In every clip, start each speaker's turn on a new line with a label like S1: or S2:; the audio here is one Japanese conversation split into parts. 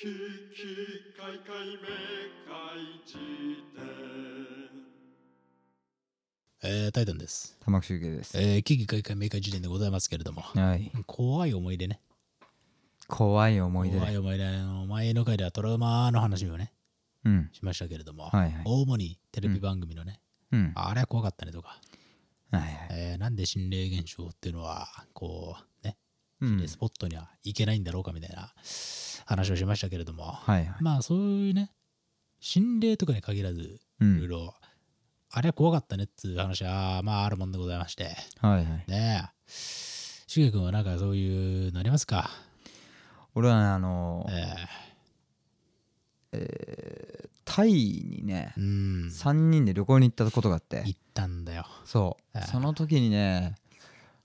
S1: ききかいかいめかいじ典
S2: えー、タイタンです。
S3: 玉木周慶です。
S2: えー、危機開会明快時点でございますけれども、
S3: はい。
S2: 怖い思い出ね。
S3: 怖い思い出
S2: 怖い
S3: で。
S2: 思い出、あの前の回ではトラウマの話をね、
S3: うん。
S2: しましたけれども、
S3: はいはい
S2: 主にテレビ番組のね、
S3: うん。
S2: あれは怖かったねとか、
S3: はいはい。
S2: えーなんで心霊現象っていうのは、こう、ね、
S3: うん。
S2: スポットには行けないんだろうかみたいな話をしましたけれども、
S3: はいはい。
S2: まあそういうね、心霊とかに限らず、
S3: う
S2: いろい
S3: ん。
S2: ろ、あれは怖かったねっていう話は、まああるもんでございまして、
S3: はいはい。
S2: ねえ。しげ君はなんかそういうのありますか
S3: 俺はねあの
S2: え、
S3: タイにね
S2: え、うん。
S3: 3人で旅行に行ったことがあって、
S2: 行ったんだよ。
S3: そう
S2: え。え
S3: その時にね、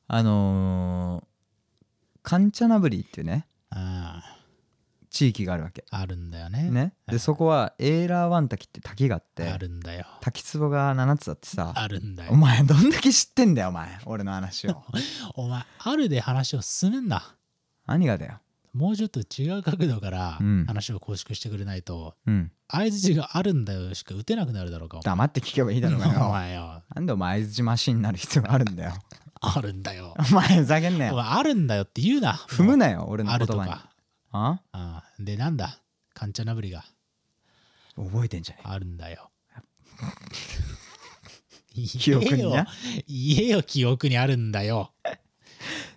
S3: あのー、カンチャナブリっていうね、
S2: うん。
S3: 地域があるわけ。
S2: あるんだよね。
S3: ね。で、そこはエーラーワン滝って滝があっ
S2: あ
S3: て、
S2: るんだよ。
S3: 滝壺が7つあってさ、
S2: あるんだ
S3: お
S2: よ。
S3: 前どんだけ知ってんだよ、お前。俺の 話を。
S2: お前、あるで話を進めんな。
S3: 何がだよ。
S2: もうちょっと違う角度から
S3: うん
S2: 話を構築してくれないと、
S3: うん。
S2: 相づちがあるんだよしか打てなくなるだろうか。
S3: 黙って聞けばいいだろうが
S2: お
S3: よ。
S2: 前よ。
S3: なんでお前相槌マシンになる必要があるんだよ。
S2: あるんだよ。
S3: お前ふざけんな
S2: お
S3: よ。
S2: 前、あるんだよって言うな。
S3: 踏む
S2: な
S3: なよ、俺の
S2: ある
S3: 言
S2: と
S3: 葉に。
S2: か。
S3: あ
S2: うんで、なんだカンチャナブリが。
S3: 覚えてんじゃね
S2: あるんだよ。
S3: 記憶に
S2: 言えよ。
S3: な
S2: 言えよ、記憶にあるんだよ。
S3: え。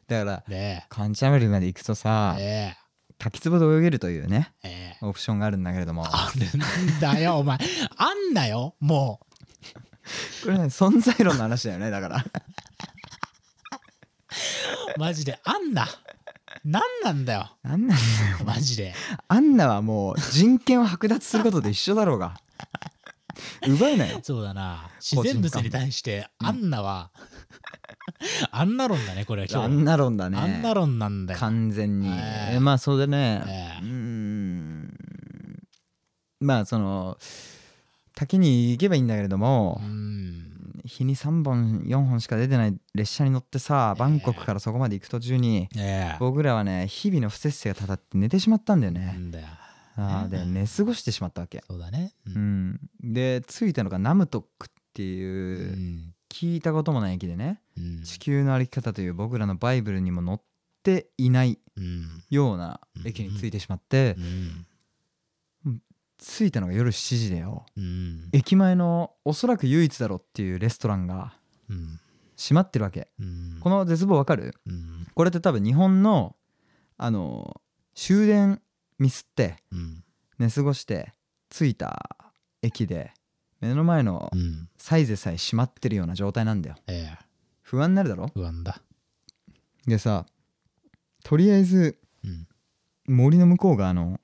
S3: だから、
S2: ね
S3: カンチャムリまで行くと
S2: え。
S3: さ、
S2: ね
S3: 滝壺で泳げるというね、
S2: え。ええ。
S3: オプションがあるんだけれども、
S2: あるんだよ、 お前。あんなよ、も
S3: これね、存在論の話だよね、だから。
S2: う。マジで、あんな。なんなんだよ、
S3: なんなんだよ。
S2: マジで。
S3: アンナはもう人権を剥奪することで一緒だろう が。奪うなよ。
S2: そうだな。自
S3: 個人
S2: 然
S3: 間
S2: 物に対して、あんなは、あんな論だね、これは今
S3: ア
S2: 日
S3: ン。ナ論だね。
S2: あんな論なんだよ。
S3: 完全に。
S2: ええ
S3: えまあ、それでね、
S2: え
S3: うーんまあその滝に行けばいいんだけれども
S2: え。う、ん。
S3: 日に3本4本しか出てない列車に乗ってさバンコクからそこまで行く途中に、
S2: ええ。
S3: 僕らはね日々の不摂生がたたって寝てしまったんだよ
S2: な
S3: ね、
S2: んだよ。
S3: あーで寝過ごしてしまったわけ、
S2: そうだね。う
S3: うんん、で着いたのがナムトックって
S2: う
S3: いう、
S2: ん。
S3: 聞いたこともない駅でね
S2: うん
S3: 「地球の歩き方」という僕らのバイブルにも載っていない
S2: うん。
S3: ような駅に着いてしまって、
S2: うん。
S3: 着いたのが夜7時だよ、
S2: うん。
S3: 駅前のおそらく唯一だろうっていうレストランが
S2: うん。
S3: 閉まってるわけ
S2: うん
S3: この絶望わかる
S2: うん。
S3: これって多分日本のあの終電ミスって
S2: うん。
S3: 寝過ごして着いた駅で目の前の
S2: うん。
S3: サイゼさえ閉まってるような状態なんだよ
S2: ええ、
S3: 不安になるだろ
S2: 不安だ。
S3: でさとりあえず
S2: うん。
S3: 森の向こうがあの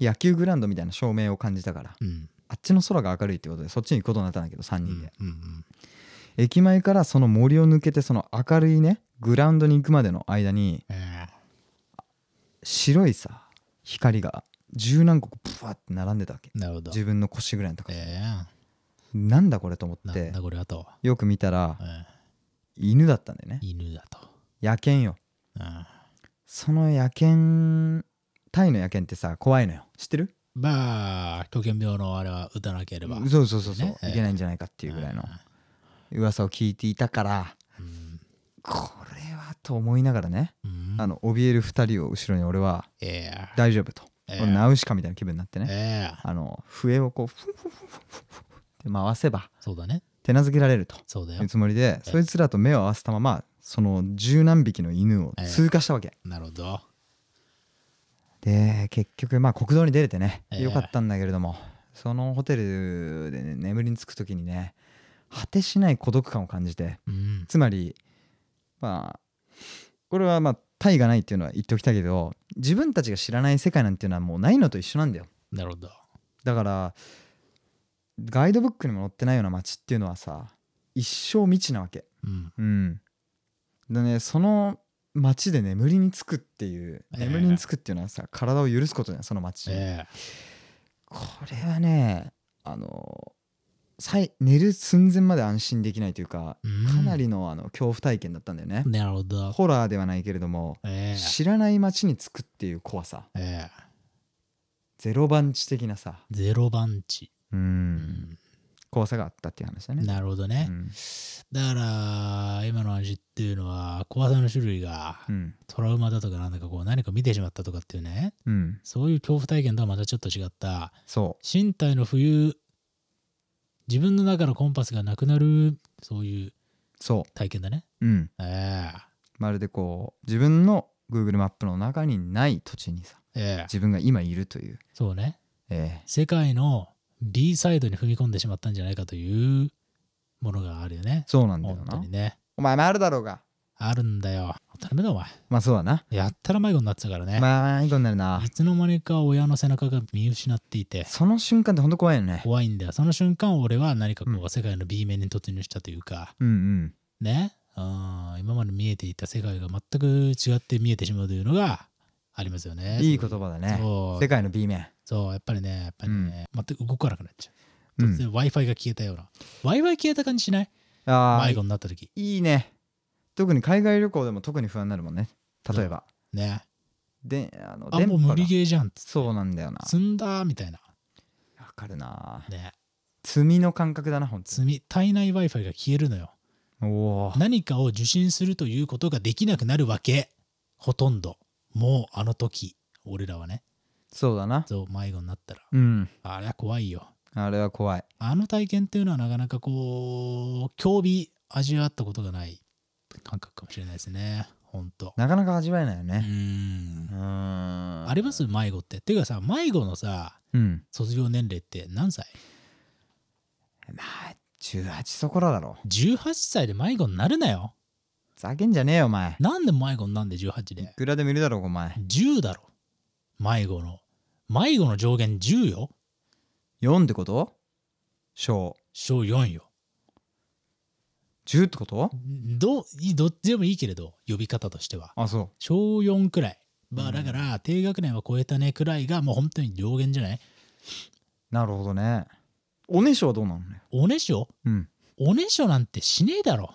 S3: 野球グラウンドみたいな照明を感じたから
S2: うん。
S3: あっちの空が明るいってことでそっちに行くことになったんだけど3
S2: う
S3: 人で
S2: ん。うん。
S3: 駅前からその森を抜けてその明るいねグラウンドに行くまでの間に
S2: え
S3: 白いさ光が十何個ブワーって並んでたわけ
S2: え、なるほど。
S3: 自分の腰ぐらいのとこに
S2: え
S3: なんだこれと思
S2: え、な
S3: っ
S2: ん
S3: て
S2: だこれあと。
S3: よく見たら
S2: うん。
S3: 犬だったんだよね
S2: 犬だと。
S3: 野犬よ
S2: うん。
S3: その野犬タイの野犬ってさ怖いのよ知ってる
S2: まあ、狂犬病のあれは打たなければ。
S3: そうそうそうそう
S2: ねええ
S3: いけないんじゃないかっていうぐらいの噂を聞いていたから
S2: うん。
S3: これはと思いながらね
S2: うん。
S3: あの怯える2人を後ろに俺は
S2: ええ。
S3: 大丈夫と
S2: ええ
S3: 俺ナウシカみたいな気分になってね
S2: ええ。
S3: あの笛をこうフンフンフンフンフンフンって回せば
S2: そうだね。
S3: 手なずけられると
S2: そうだ
S3: い
S2: よ
S3: う。つもり
S2: え
S3: でそいつらと目を合わせたままその十何匹の犬を通過したわけ
S2: なるほど。
S3: で結局まあ国道に出れてね
S2: ええ
S3: よかったんだけれどもそのホテルでね眠りにつく時にね果てしない孤独感を感じて
S2: うん。
S3: つまりまあこれはまあ他意がないっていうのは言っておきたいけど自分たちが知らない世界なんていうのはもうないのと一緒なんだよ
S2: なるほど。
S3: だからガイドブックにも載ってないような街っていうのはさ一生未知なわけ
S2: うん。
S3: うんでねその街で眠りにつくっていう
S2: ええ
S3: 眠りにつくっていうのはさ体を許すことじゃんその街に、
S2: え
S3: これはねあのさい寝る寸前まで安心できないというか
S2: え。うん
S3: かな。りのあの恐怖体験だったんだよね、
S2: なるほど。
S3: ホラーではないけれども
S2: ええ。
S3: 知らない街に着くっていう怖さ
S2: ええ。
S3: ゼロ番地的なさ、
S2: ゼロ番地、
S3: う、
S2: うん
S3: 怖さがあったっていう話だね。
S2: なるほどね、
S3: うん
S2: だから今の話っていうのは怖さの種類が
S3: うん
S2: トラウマだとかなんだかこう何か見てしまったとかっていうね
S3: うん、
S2: そういう恐怖体験とはまたちょっと違った
S3: そ
S2: 身体の浮遊自分の中のコンパスがなくなるそういう
S3: うそ
S2: 体験だね
S3: う、うん、
S2: ええ
S3: まるでこう自分の Google マップの中にない土地にさ
S2: ええ
S3: 自分が今いるという、
S2: そうね
S3: え
S2: 世界の B サイドに踏み込んでしまったんじゃないかというものがあるよね
S3: ーそうなんだよ
S2: 本当
S3: な
S2: にね
S3: お前もあるだろうが
S2: あるんだよ当たり前だお前
S3: まあそうだな
S2: やったら迷子になってたからね、
S3: まあ迷子になるない
S2: つの間にか親の背中が見失っていて
S3: その瞬間ってほんと怖いよね
S2: 怖いんだよその瞬間俺は何かこ
S3: う
S2: う世界の B 面に突入したというか、
S3: うんうん
S2: ねうん今まで見えていた世界が全く違って見えてしまうというのがありますよね
S3: いい言葉だね
S2: そう
S3: 世界の B 面
S2: そうやっぱりねやっぱりね、全く動かなくなっちゃう
S3: う
S2: 突
S3: ん
S2: 然 w i f i が消えたような、w i f i 消えた感じしない
S3: ああ
S2: 迷子になった時
S3: いいね特に海外旅行でも特に不安になるもんね例えば
S2: ね
S3: であの
S2: あ
S3: 電
S2: もう
S3: 波
S2: 無
S3: が
S2: 理ゲーじゃんつ
S3: そうなんだよな
S2: 積んだみたいな
S3: わかるな
S2: ね
S3: 積みの感覚だなほんと
S2: 積み体内 w i f i が消えるのよ
S3: おおー
S2: 何かを受信するということができなくなるわけほとんどもうあの時俺らはね
S3: そうだな
S2: そう迷子になったら
S3: うん
S2: あれは怖いよ
S3: あれは怖い
S2: あの体験っていうのはなかなかこう興味味わったことがない感覚かもしれないですねほんと
S3: なかなか味わえないよ
S2: う
S3: ね
S2: ん
S3: うん
S2: あります迷子ってっていうかさ迷子のさ
S3: うん
S2: 卒業年齢って何歳
S3: まあ18そこらだろ
S2: ?18 歳で迷子になるなよ
S3: ざけんじゃねえよお前
S2: なんで迷子になんで18
S3: い
S2: で
S3: くらでもいるだろうお前
S2: 10だろ迷子の迷子の上限10よ
S3: 4ってこと小
S2: 小4よ
S3: 10ってこと
S2: どいどっちでもいいけれど呼び方としては
S3: あそ
S2: 小4くらいま
S3: う
S2: あ
S3: ん
S2: だから低学年は超えたねくらいがもう本当に上限じゃないう
S3: なるほどねおねしょはどうなのね
S2: おねしょ
S3: うん
S2: おねしょなんてしねえだろ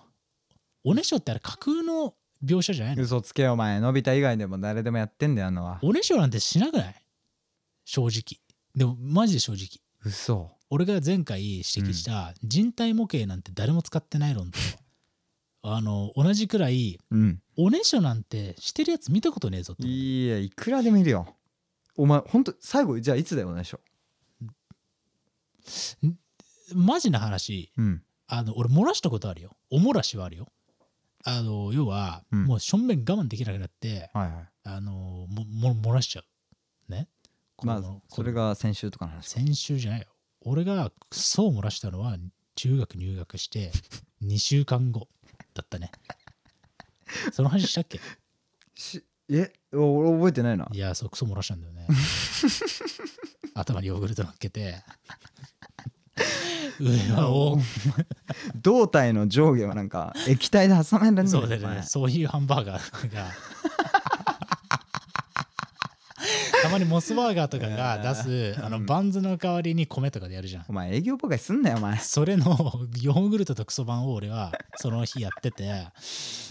S2: おねしょってあれ架空の描写じゃないの
S3: 嘘つけよお前のび太以外でも誰でもやってんだよあのは
S2: おねしょなんてしなくない正直でもマジで正直
S3: 嘘
S2: 俺が前回指摘した人体模型なんて誰も使ってない論と、あの同じくらい
S3: うん
S2: おねしょなんてしてるやつ見たことねえぞと思う
S3: いやいくらでもいるよお前ほんと最後じゃあいつだよおねしょ
S2: マジな話
S3: うん
S2: あの俺漏らしたことあるよお漏らしはあるよあの要は、
S3: うん
S2: もう正面我慢できなくなって
S3: はいはい
S2: あのもも漏らしちゃうね
S3: まあ
S2: 子供の
S3: それが先週とかの話
S2: 先週じゃないよ俺がクソ漏らしたのは中学入学して 2週間後だったねその話したっけ
S3: しえお俺覚えてないない
S2: やそうクソ漏らしたんだよ ね頭にヨーグルト乗っけて上は大
S3: 胴体の上下はなんか液体で挟めるんだよ
S2: そうだよ
S3: お前
S2: ね。そういうハンバーガーが。たまにモスバーガーとかが出す、あのバンズの代わりに米とかでやるじゃん
S3: お。前営業ばかりすんなよお前
S2: それの ヨーグルトとクソバンを俺はその日やってて、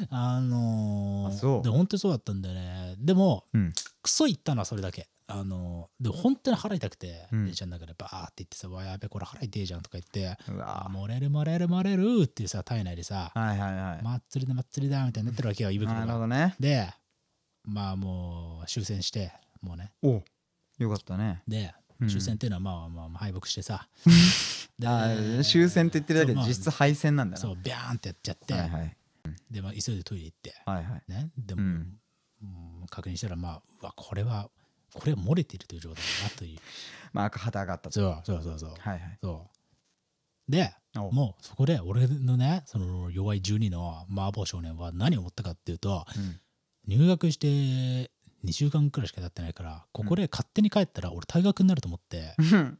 S2: あのー
S3: あそう
S2: で本当にそうだったんだよね。でも、
S3: うん
S2: クソ言ったのはそれだけ。あのーで本当に腹痛くて、
S3: うん
S2: 電車の中でバーって言ってさ、わやべこれ腹痛いじゃんとか言って、
S3: う
S2: あ
S3: わ
S2: 漏れる漏れる漏れるっていうさ体内でさ、
S3: はいはいはい、
S2: 祭りだ祭りだみたいになってるわけよ胃袋
S3: なる
S2: が。
S3: ほどね
S2: でまあもう終戦してもうね
S3: およかったね
S2: で
S3: うん
S2: 終戦っていうのはまあまあまあ敗北して さ、で
S3: あー終戦って言ってるだけ
S2: そ
S3: で
S2: うまあ
S3: 実質敗戦なんだな
S2: そうビャーンってやっちゃって、
S3: はいはい
S2: で、まあ、急いでトイレ行って
S3: はいはい
S2: ねでも、
S3: うん
S2: うん確認したらまあうわこれはこれは漏れているという状態だなという
S3: まあ旗上がったと
S2: そうそうそうそう、
S3: はいはい
S2: そうで
S3: お
S2: もうそこで俺のねその弱い12の麻婆少年は何を思ったかっていうと、
S3: うん
S2: 入学して2週間くらいしか経ってないからここで勝手に帰ったら俺退学になると思って
S3: うん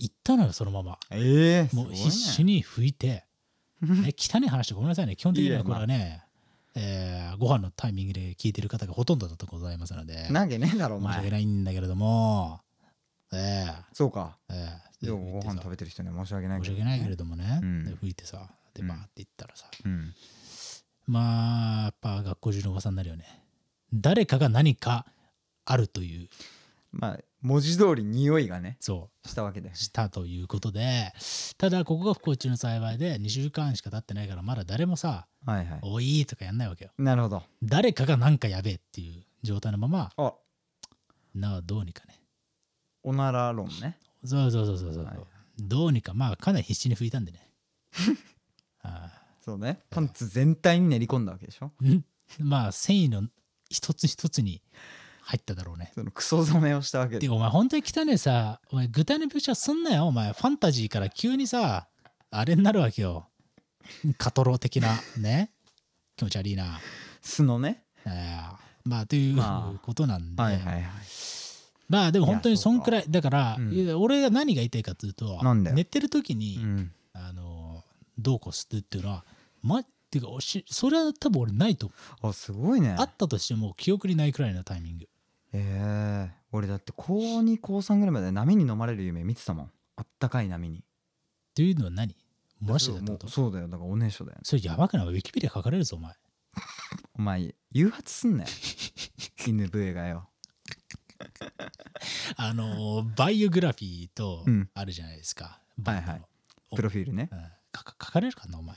S2: 行ったのよそのまま
S3: ええす
S2: も
S3: ご
S2: う
S3: いね
S2: 必死に拭い て、ね、汚い話でごめんなさいね基本的に
S3: いい
S2: は
S3: え
S2: これはね、えーご飯のタイミングで聞いてる方がほとんどだとございますので申し
S3: なわけねえだろお
S2: 訳
S3: 前
S2: ないんだけれどもええ
S3: そうか
S2: ええ
S3: でもご飯食
S2: べ
S3: べてる人には申し訳ない
S2: 申し
S3: ど
S2: 訳ないけれどもね、
S3: うん
S2: で拭いてさでバーって行ったらさ、
S3: うん
S2: まあやっぱ学校中のおばさんになるよね誰かが何かあるという
S3: まあ文字通り匂いがね
S2: そ
S3: したわけで
S2: うしたということでただここが不幸中の幸いで2週間しか経ってないからまだ誰もさ
S3: はいは
S2: 「
S3: い
S2: おい!」とかやんないわけよ
S3: なるほど
S2: 誰かがなんかやべえっていう状態のまま
S3: あ
S2: なあどうにかね
S3: おなら論ね
S2: そうそうそうそうそう、
S3: はい
S2: どうにかまあかなり必死に拭いたんで ねあ
S3: そうねパンツ全体に練り込んだわけでしょ
S2: あんまあ繊維の一つ一つに入っただろうね
S3: そのクソ染めをしたわけ
S2: て
S3: で
S2: かお前本当に汚ねえさお前具体の描写すんなよお前ファンタジーから急にさあれになるわけよカトロ的なね気持ち悪いな
S3: 素のね
S2: えーまあという
S3: まあ
S2: ことなんで、
S3: はいはいはい
S2: まあでも本当にそんくらいだから、
S3: うん
S2: いや俺が何が言いたいかというと
S3: なんだよ
S2: 寝てる時に、
S3: うん
S2: あのどうこうするっていうのはまっていうかおしそれは多分俺ないと思う
S3: あすごいね
S2: あったとしても記憶にないくらいのタイミング
S3: ええ俺だって高2高3ぐらいまで波に飲まれる夢見てたもんあったかい波に
S2: というのは何漏らしてたってこと
S3: もうそうだよだからおねしょだよね
S2: それやばくないウィキペディア書かれるぞお前
S3: お前誘発す んなよ犬笛がよ
S2: あのーバイオグラフィーと
S3: うん
S2: あるじゃないですか。
S3: はい
S2: バ
S3: はい
S2: ンドの
S3: プロフィールね
S2: うんかか書かれるかなお前。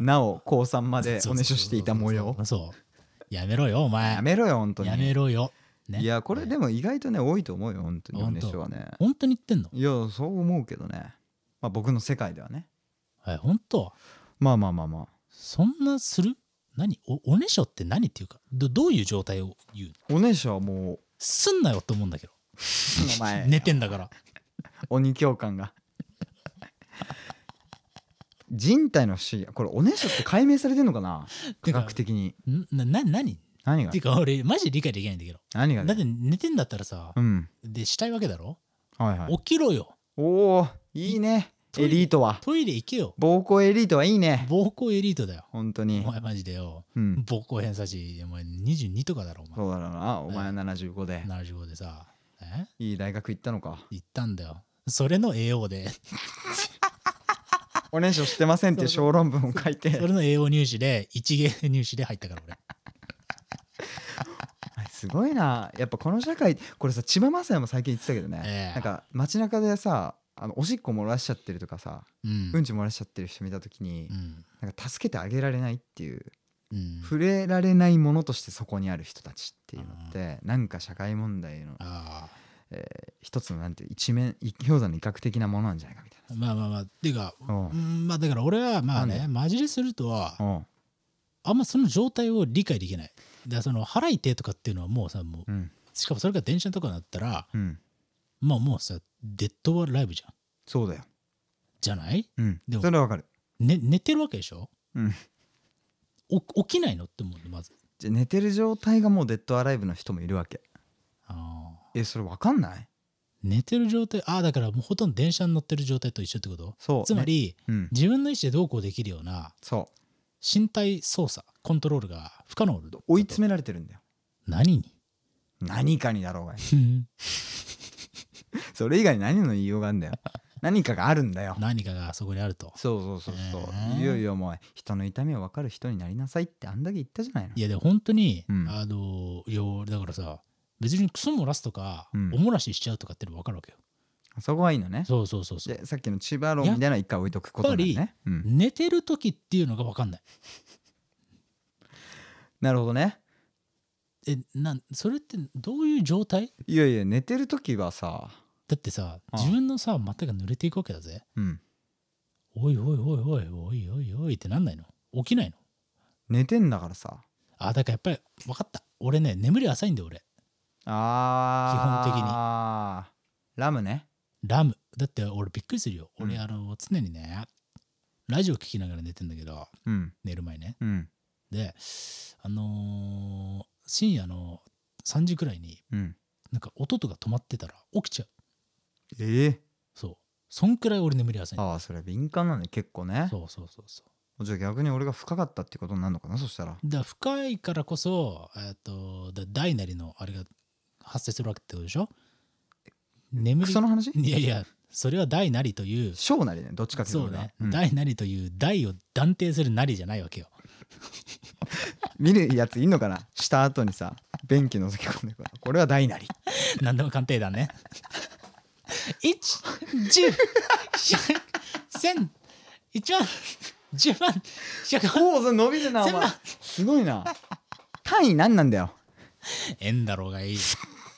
S3: なお高3まで
S2: そうそうそう
S3: おねしょしていた模様
S2: そうそう。やめろよお前。
S3: やめろよ本当に
S2: やめろよ。ね
S3: いやこれ
S2: ね
S3: でも意外とね多いと思うよ本当にお
S2: 本
S3: ね
S2: 当
S3: しょはね
S2: 本当に言ってんの。
S3: いやそう思うけどねまあ僕の世界ではね
S2: はい本当。
S3: まあまあまあま
S2: そんなする？何おおねしょって何っていうかどどういう状態を言うの？
S3: あおねしょはもう
S2: すんなよって思うんだけど。
S3: お 前
S2: 寝てんだから。
S3: 鬼教官が人体の不思議これおねしょって解明されてんのかな科
S2: てか
S3: 学的に
S2: んなな何？っ
S3: 何が
S2: ていうか俺マジ理解できないんだけど。
S3: 何が
S2: だっ
S3: ね
S2: て寝てんだったらさ
S3: う、ん
S2: でしたいわけだろ？
S3: はいはい
S2: 起きろよ。
S3: おおいいね
S2: トイ
S3: エ
S2: レ
S3: リートは
S2: トイレ行けよ。
S3: 暴行エリートはいいね
S2: 暴行エリートだよ。
S3: 本当に
S2: お前マジでよ。
S3: うん
S2: 暴行偏差値、お前22とかだろ、お
S3: そうだろうなお前は75で
S2: 前。75でさ、え
S3: いい大学行ったのか
S2: 行ったんだよ。それの AO で、
S3: おねしょしてませんっていう小論文を書いて
S2: それの AO 入試で、一芸入試で入ったから俺。
S3: すごいなやっぱこの社会これさ千葉雅也も最近言ってたけど
S2: え
S3: ね
S2: え
S3: なんか街中でさあのおしっこ漏らしちゃってるとかさ
S2: うん。
S3: うんち漏らしちゃってる人見た時に
S2: うん。
S3: なんか助けてあげられないっていう
S2: うん。
S3: 触れられないものとしてそこにある人たちっていうのってなんか社会問題の
S2: あ
S3: 一つのなんていう一面一氷山の威嚇的なものなんじゃないかみたい
S2: あ。まあまあまあ、ていうか、
S3: な。おう
S2: うん、まあだから俺はまあ
S3: な
S2: ね、マジでするとは、
S3: おう
S2: あんまその状態を理解できない。だからその腹痛いとかっていうのはもうさ、もう、
S3: うん
S2: しかもそれが電車とかだったら、
S3: うん
S2: まあもうさ、デッドはライブじゃん。
S3: そうだよ。
S2: じゃない
S3: うん
S2: でも
S3: それはわかる。
S2: ね、寝てるわけでしょ
S3: うん
S2: お起きないのって思うのまず
S3: じゃあ寝てる状態がもうデッドアライブの人もいるわけ。
S2: あー
S3: えそれわかんない？
S2: 寝てる状態ああだからもうほとんど電車に乗ってる状態と一緒ってこと
S3: そう。
S2: つま
S3: ね、
S2: り、
S3: うん
S2: 自分の意思でどうこうできるような
S3: そ
S2: 身体操作コントロールが不可能
S3: う追い詰
S2: め
S3: められてるんだよ。
S2: 何に
S3: 何かにだろうがよ。 それ以外に何の言いようがあるんだ よ。何かがあるんだよ。
S2: 何かがそこにあると
S3: そうそうそうそう。
S2: えー
S3: いよいよもう人の痛みを分かる人になりなさいってあんだけ言ったじゃないの。
S2: いやでも本当に、
S3: うん
S2: あのいや俺だからさ別にクソ漏らすとか、
S3: うん
S2: お漏らししちゃうとかっての分かるわけよ
S3: そこはいいのね。
S2: そうそうそうそう
S3: でさっきの千葉論みたいなのは一回置いとくことだ
S2: やっ
S3: ね、うん、
S2: 寝てる時っていうのが分かんない
S3: なるほどね
S2: えなんそれってどういう状態
S3: いやいや寝てる時はさ
S2: だってさ
S3: ああ
S2: 自分のさ股が濡れていくわけだぜ
S3: うん
S2: おいおいおいおいおいおいおいってなんないの起きないの
S3: 寝てんだからさ
S2: あだからやっぱり分かった俺ね眠り浅いんだよ俺
S3: あー
S2: 基本的に
S3: あーラムね
S2: ラムだって俺びっくりするよ俺、
S3: うん
S2: あの常にねラジオ聞きながら寝てんだけど
S3: うん
S2: 寝る前ね
S3: うん
S2: であのー深夜の3時くらいに
S3: うん
S2: なんか音とか止まってたら起きちゃう
S3: ええ
S2: そうそんくらい俺眠り浅いの
S3: ああそれ敏感なんで結構ね
S2: そうそうそうそう
S3: じゃあ逆に俺が深かったってことになるのかなそしたら
S2: だから深いからこそ、えっとだ大なりのあれが発生するわけってことでしょ眠
S3: ク
S2: り
S3: ソの話
S2: いやいやそれは大なりという
S3: 小なりねどっちかっていうと
S2: そう
S3: 俺は
S2: ね、
S3: うん
S2: 大なりという大を断定するなりじゃないわけよ
S3: 見るやついんのかなした後にさ便器のぞき込んでくるこれは大なり
S2: 何でも鑑定団ね。 一、十、千、一万、十万、百万。
S3: ポーズ伸びるな お
S2: 千
S3: 前
S2: 万
S3: すごいな単位何なんだよ
S2: 円だろうがいい。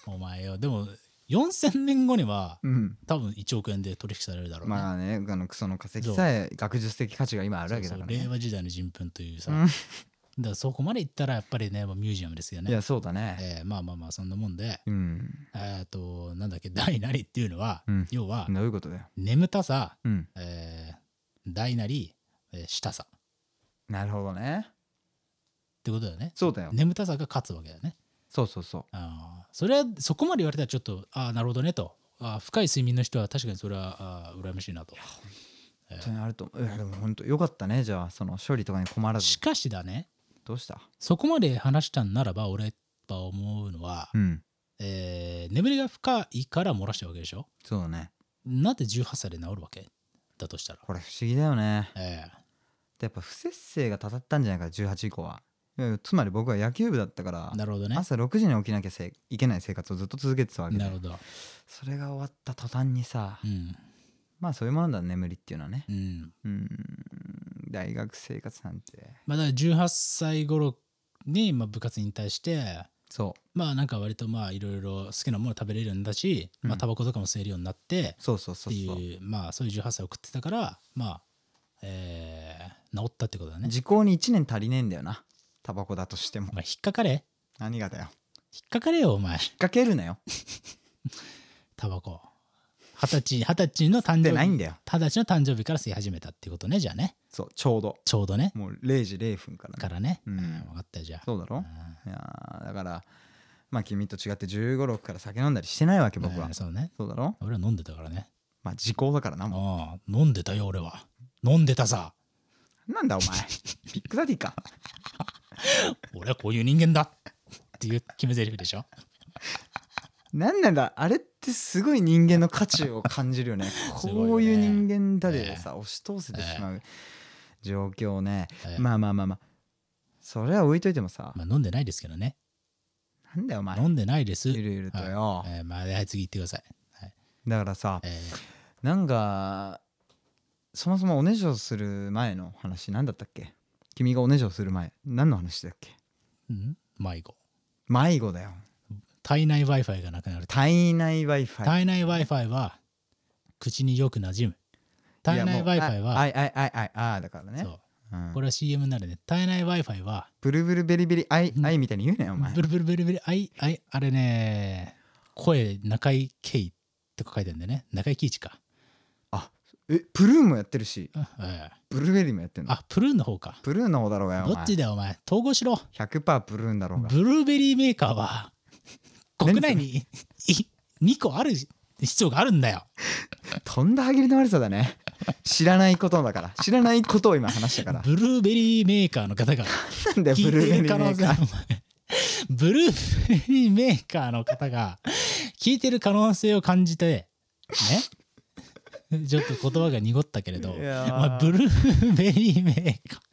S2: お前よ。でも、4000年後には、
S3: うん
S2: 多分1億円で取引されるだろうね。
S3: まあねあのクソの化石さえ学術的価値が今ある
S2: そ
S3: わ
S2: う
S3: け
S2: そ
S3: だから
S2: う
S3: ね
S2: 令和時代の人糞というさ、
S3: う
S2: だ
S3: ん
S2: からそこまでいったらやっぱりね、まあミュージアムですよ
S3: い
S2: ね。
S3: やそうだね
S2: えーまあまあまあ、そんなもんで、
S3: うん
S2: えっと、なんだっけ、大なりっていうのは、
S3: うん
S2: 要は、
S3: どういうことだよ
S2: 眠たさ、
S3: うん
S2: えー大なり、えー下さっ
S3: なるほどね
S2: てことだよね。
S3: そうだよ
S2: 眠たさが勝つわけだよね。
S3: そうそうそう
S2: あーそれはそこまで言われたらちょっとああなるほどねとあー深い睡眠の人は確かにそれはあー羨ましいなと
S3: 本当にあると思ういやでも本当よかったねじゃあその処理とかに困らず
S2: しかしだね
S3: どうした
S2: そこまで話したんならば俺は思うのは、
S3: うん
S2: えー眠りが深いから漏らしたわけでしょ
S3: そうだね
S2: なんで18歳で治るわけだとしたら、
S3: これ不思議だよね
S2: え
S3: でやっぱ不節制がたたったんじゃないか18以降はいやいやつまり僕は野球部だったから
S2: ーなるほどね
S3: 朝6時に起きなきゃせいけない生活をずっと続けてたわけで
S2: なるほど
S3: それが終わった途端にさ
S2: うん
S3: まあそういうものだ眠りっていうのはね
S2: うん
S3: うん大学生活なんて
S2: まあだから18歳頃に、まあ、部活に対して
S3: そう
S2: まあなんか割とまあいろいろ好きなもの食べれるようになったし、ま
S3: う
S2: あ
S3: ん
S2: タバコとかも吸えるようになって、
S3: そうそう
S2: っ
S3: そう
S2: ていう
S3: そう
S2: まあそういう18歳を送ってたからまあえー治ったってことだね、
S3: 時効に1年足りねえんだよなタバコだとしても
S2: まあ、引っかかれ
S3: 何がだよ
S2: 引っかかれよお前
S3: 引っ掛けるなよ
S2: タバコ二十歳二十歳の誕
S3: で
S2: 生
S3: ない
S2: 日
S3: んだよ
S2: 二十歳の誕生日から吸い始めたってことねじゃあね
S3: そうちょうど
S2: ちょうどね
S3: もう0時0分からね
S2: からね、
S3: うん
S2: 分かったよじゃあ
S3: そうだ
S2: ん
S3: ろいやーだからまあ君と違って1 5 6から酒飲んだりしてないわけ僕は、
S2: うんそうね
S3: そうだろ
S2: 俺は飲んでたからね
S3: まあ時効だからなも
S2: ああ飲んでたよ俺は飲んでたさ
S3: うなんだお前ビッグダディか
S2: 俺はこういう人間だっていう決め台詞でしょ
S3: なんなんだあれってすごい人間の価値を感じるよね
S2: すごいよね
S3: こういう人間だ
S2: え
S3: で
S2: え
S3: さ、押し通せてしまう状況ね、
S2: ええ
S3: まあまあまあまあそれは置いといてもさ、
S2: まあ飲んでないですけどね
S3: なんだよお前
S2: 飲んでないです
S3: ゆるゆるとよ、
S2: えーまあはい次行ってください
S3: だからさ
S2: えー
S3: なんかそもそもおねしょする前の話なんだったっけ君がおねしょする前何の話だっけ
S2: うん迷子
S3: 迷子だよ
S2: 体内 Wi-Fi がなくなる、
S3: 体内 Wi-Fi
S2: 体内 Wi-Fi は口によく馴染む体内 Wi-Fi
S3: あ
S2: は、
S3: いあいあいあいあいだからね
S2: そう
S3: うん
S2: これは CM になるね体内 Wi-Fi は
S3: ブルブルベリベリあいあいみたいに言うなよお前
S2: ブルブルブルブルあいあいあれね声中井圭って書いてあるんだよね中井貴一か、
S3: えプルーンもやってるし
S2: うんええ
S3: ブルーベリーもやってるの
S2: あプルーンの方か
S3: プルーンの方だろうがよお
S2: どっ
S3: 前
S2: ちだよお前統合しろ
S3: 100%プルーンだろうが
S2: ブルーベリーメーカー は国内に2個ある必要があるんだよ
S3: とんだ歯切りの悪さだね知らないことだから知らないことを今話 したから
S2: ブルーベリーメーカーの方が
S3: なんだよ
S2: 聞
S3: ブ
S2: い
S3: ルーベ
S2: て
S3: リ
S2: る
S3: ー
S2: 可
S3: メ
S2: 能
S3: ー
S2: 性
S3: カ
S2: あ
S3: ー
S2: るお前 ブルーベリーメーカーの方が聞いてる可能性を感じてね ちょっと言葉が濁ったけれど、
S3: いやー
S2: まあ、ブルーベリーメーカー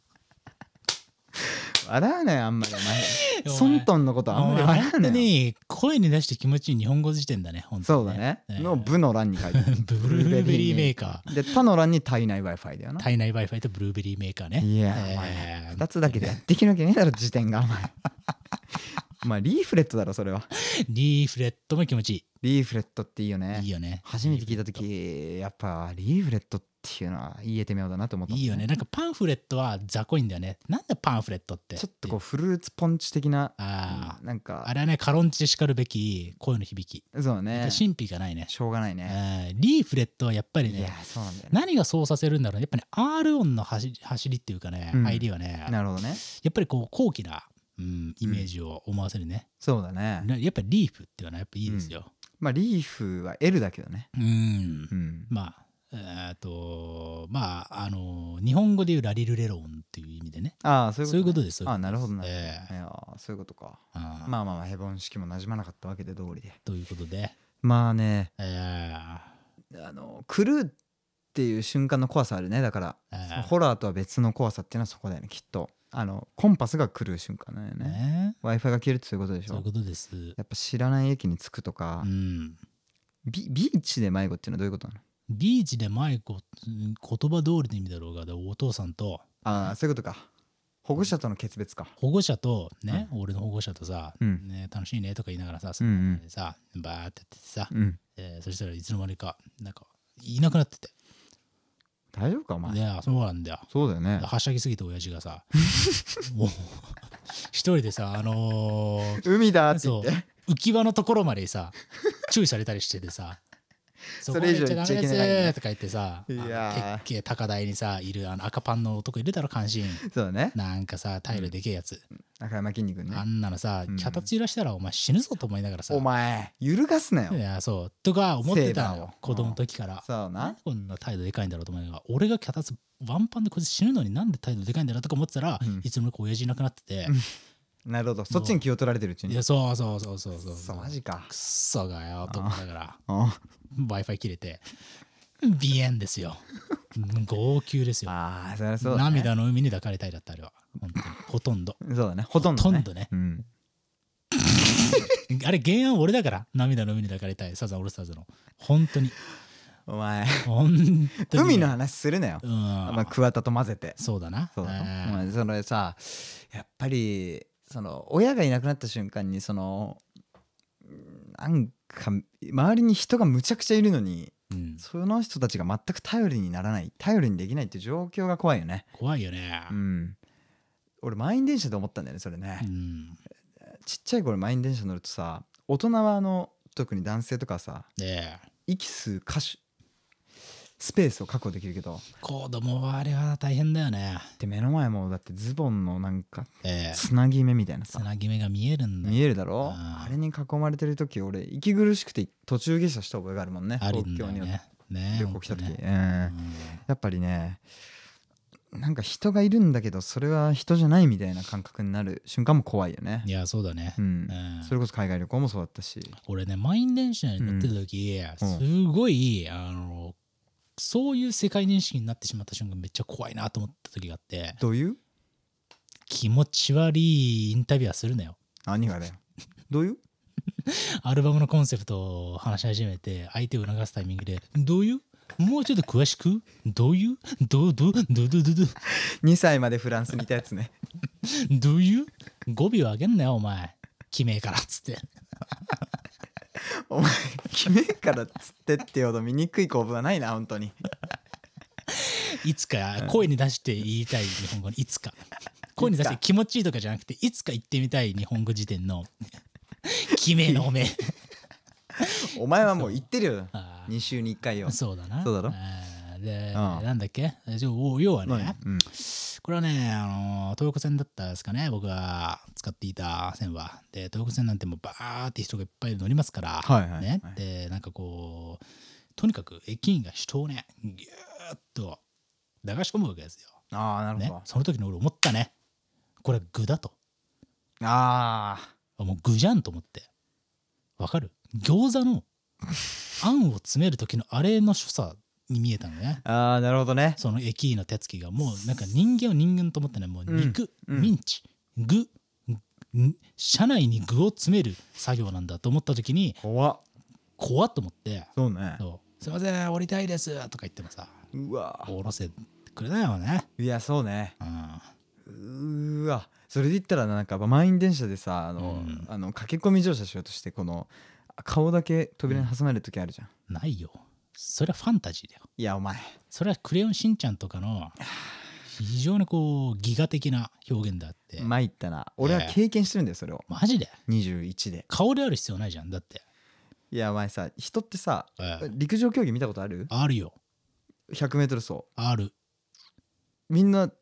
S3: 笑わないあんまりお
S2: お
S3: 前
S2: 前
S3: ソントンのことあんまり笑わ
S2: 本当
S3: ないよ
S2: に声に出して気持ちいい日本語辞典だね本当
S3: そう
S2: に
S3: だね
S2: ええ
S3: の部の欄に書いてある
S2: ブルーベリーメーカ
S3: で他の欄に体内 Wi-Fi だよ
S2: ー
S3: な
S2: 体内 Wi-Fi とブルーベリーメーカーね
S3: いや
S2: えー
S3: お前2つだけでやってきなきゃねえだろ時点がお前 お前リーフレットだろそれは
S2: リーフレットも気持ちい
S3: リーフレットっていいよね
S2: いいいよね
S3: 初めて聞いた時やっぱリーフレットっていうのは言えてみようだなと思った
S2: いいよねなんかパンフレットは雑魚いんだよねなんでパンフレットって
S3: ちょっとこうフルーツポンチ的な
S2: ああ
S3: なんか
S2: あれはね、カロンチで叱るべき声の響き。
S3: そうだねし
S2: 神秘がないね。
S3: ょうがないね
S2: あーリーフレットはやっぱり
S3: いや
S2: ね、
S3: そうなんだよね
S2: 何がそうさせるんだろうね。やっぱね、R 音の走り走りっていうかね、
S3: うん
S2: 入りはね、や
S3: なるほどね
S2: っぱりこう、高貴な、うん、イメージを思わせるね。
S3: そうだね
S2: なやっぱりリーフっていうのはやっぱいいですよ。
S3: まあリーフは L だけどね
S2: うん。
S3: うん
S2: まあ、えーっと、まあ、あの、日本語でいうラリルレロ音っていう意味でね。
S3: ああそう
S2: そうい
S3: いうう
S2: こ
S3: ことと
S2: です。
S3: ああなるほどなるほど
S2: ええ
S3: いやーそういうことか
S2: あー
S3: まあまあまあヘボン式もなじまなかったわけで通りで
S2: ということで、
S3: まあね
S2: えー
S3: あの狂うっていう瞬間の怖さあるねだから
S2: えー
S3: そのホラーとは別の怖さっていうのはそこだよねきっとあのコンパスが狂う瞬間だよね
S2: ね
S3: w i f i が消えるってそういうことでし
S2: そういう
S3: ょ
S2: ことです。
S3: やっぱ知らない駅に着くとか、
S2: うん。
S3: ビビーチで迷子っていうのはどういうことなの
S2: ビーチで迷子うん言葉通りの意味だろうがでお父さんと
S3: ああそういうことか保護者との決別か
S2: 保護者とね、俺の保護者とさ、
S3: うん
S2: ね、楽しいねとか言いながらさ、
S3: うんうん
S2: そのさバーってやっててさ、
S3: うん
S2: えーそしたらいつの間にかなんかいなくなってて
S3: 大丈夫かお前
S2: いやそうなんだよ
S3: そうだよね
S2: はしゃぎすぎて親父が さもう一人でさあのー
S3: 海だって
S2: そ
S3: 言っ
S2: う
S3: て
S2: 浮き輪のところまでさ注意されたりしてて さ
S3: それ以上言っちゃいけないからね
S2: とか言ってさあの
S3: いやー
S2: 鉄拳高台にさいるあの赤パンの男いるだろ監視員
S3: そうだね
S2: なんかさタイルでけえやつ、
S3: 中山筋肉ね
S2: あんなのさ
S3: うん
S2: 脚立揺らしたらお前死ぬぞと思いながらさ、
S3: お前揺るがすなよ
S2: いやそうとか思ってたの
S3: セーバー
S2: よ
S3: を
S2: 子供の時から、
S3: そ
S2: な
S3: う
S2: ん
S3: な
S2: でこんな態度でかいんだろうと思いながら俺が脚立ワンパンでこいつ死ぬのになんで態度でかいんだろうとか思ってたら、
S3: うん
S2: いつの間にか親父いなくなってて、
S3: なるほどそっちに気を取られてるうち
S2: い
S3: に
S2: やそうそうそうそうそう
S3: そうマジか
S2: くっそがよと思いなが ら
S3: あ
S2: w i f i 切れて鼻炎ですようん号泣ですよ、
S3: あーそりゃそうだね
S2: 涙の海に抱かれたいだったあれは本当にほとんど
S3: そうだねほとんどね
S2: ほとんどね
S3: うん
S2: あれ原案俺だから涙の海に抱かれたいサザンオールスターズの本当に
S3: お前
S2: 本当に
S3: 海の話するなよ
S2: う
S3: あ
S2: ん、
S3: まあ桑田と混ぜて
S2: そうだな
S3: そうだろ
S2: えー
S3: お前それさやっぱりその親がいなくなった瞬間にそのうんなんか周りに人がむちゃくちゃいるのに
S2: うん
S3: その人たちが全く頼りにならない頼りにできないっていう状況が怖いよね
S2: 怖いよね
S3: う、ん俺満員電車で思ったんだよねそれね、
S2: うん、
S3: ちっちゃい頃満員電車乗るとさ大人はあの特に男性とかはさ
S2: で
S3: 息吸う箇所スペースを確保できるけど
S2: 子供はあれは大変だよね
S3: で目の前もうだってズボンのなんか
S2: ええ
S3: つなぎ目みたいな
S2: つ
S3: さ
S2: なぎ目が見えるんだよ
S3: 見えるだろ
S2: あー
S3: あれに囲まれてる時俺息苦しくて途中下車した覚えがあるもんね
S2: ある
S3: 東
S2: んだ
S3: 京
S2: よ
S3: には
S2: ねね
S3: 旅行来た時、
S2: 本
S3: うん
S2: 当
S3: や
S2: ね
S3: っぱりねなんか人がいるんだけどそれは人じゃないみたいな感覚になる瞬間も怖いよね
S2: うんいやそうだね、
S3: うん
S2: うん
S3: それこそ海外旅行もそうだったし
S2: 俺ね満員電車に乗ってた時、
S3: う
S2: す
S3: ん
S2: ごいあのそういう世界認識になってしまった瞬間めっちゃ怖いなと思った時があって
S3: どういう
S2: 気持ち悪いインタビューはするなよ
S3: 何がだよどういう
S2: アルバムのコンセプトを話し始めて相手を促すタイミングで「どういうもうちょっと詳しくどういうどうどうどうどうどうどう
S3: 2歳までフランスにいたやつね
S2: どういう語尾を上げんなよお前決めえから」っつって
S3: お前決めからっつってっていうほど醜い構文はないな本当に
S2: いつか声に出して言いたい日本語のいつか声に出して気持ちいいとかじゃなくていつか言ってみたい日本語辞典 の「決めえのおめえ
S3: お前はもう言ってるよ
S2: あー
S3: 2週に1回よ」
S2: そうだな
S3: そうだろ
S2: あーで
S3: うん
S2: なんだっけじゃあお要はね、
S3: 何うん
S2: これはね、あのー東横線だったんですかね、僕が使っていた線は。で、東横線なんてもうバーって人がいっぱい乗りますから、
S3: はいはい
S2: ね
S3: はい、
S2: で、なんかこう、とにかく駅員が人をね、ぎゅーっと流し込むわけですよ。
S3: ああなるほ
S2: ね
S3: ど、
S2: その時に俺思ったね、これ具だと。
S3: ああ
S2: あもう具じゃんと思って。わかる餃子のあんを詰める時のあれの所作に見えたのね。
S3: ああなるほどね
S2: その駅員の手つきがもうなんか人間を人間と思ってないもう肉、
S3: うん
S2: ミンチ具ん車内に具を詰める作業なんだと思った時に
S3: 怖っ
S2: 怖っと思って
S3: そうね
S2: 「そうすいません降りたいです」とか言ってもさ
S3: うわ
S2: 降ろせてくれないよね、
S3: いやそうね
S2: うん、
S3: うーわそれで言ったらなんか満員電車でさあの、
S2: うん
S3: あの駆け込み乗車しようとしてこの顔だけ扉に挟まれる時あるじゃん、
S2: ないよそれはファンタジーだよ
S3: いやお前
S2: それは「クレヨンしんちゃん」とかの非常にこうギガ的な表現であって、
S3: 参ったな俺は
S2: ええ
S3: 経験してるんだよそれを
S2: マジで
S3: 21で
S2: 顔である必要ないじゃんだって、
S3: いやお前さ人ってさ
S2: ええ
S3: 陸上競技見たことある
S2: あるよ
S3: 100m 走
S2: ある
S3: みんな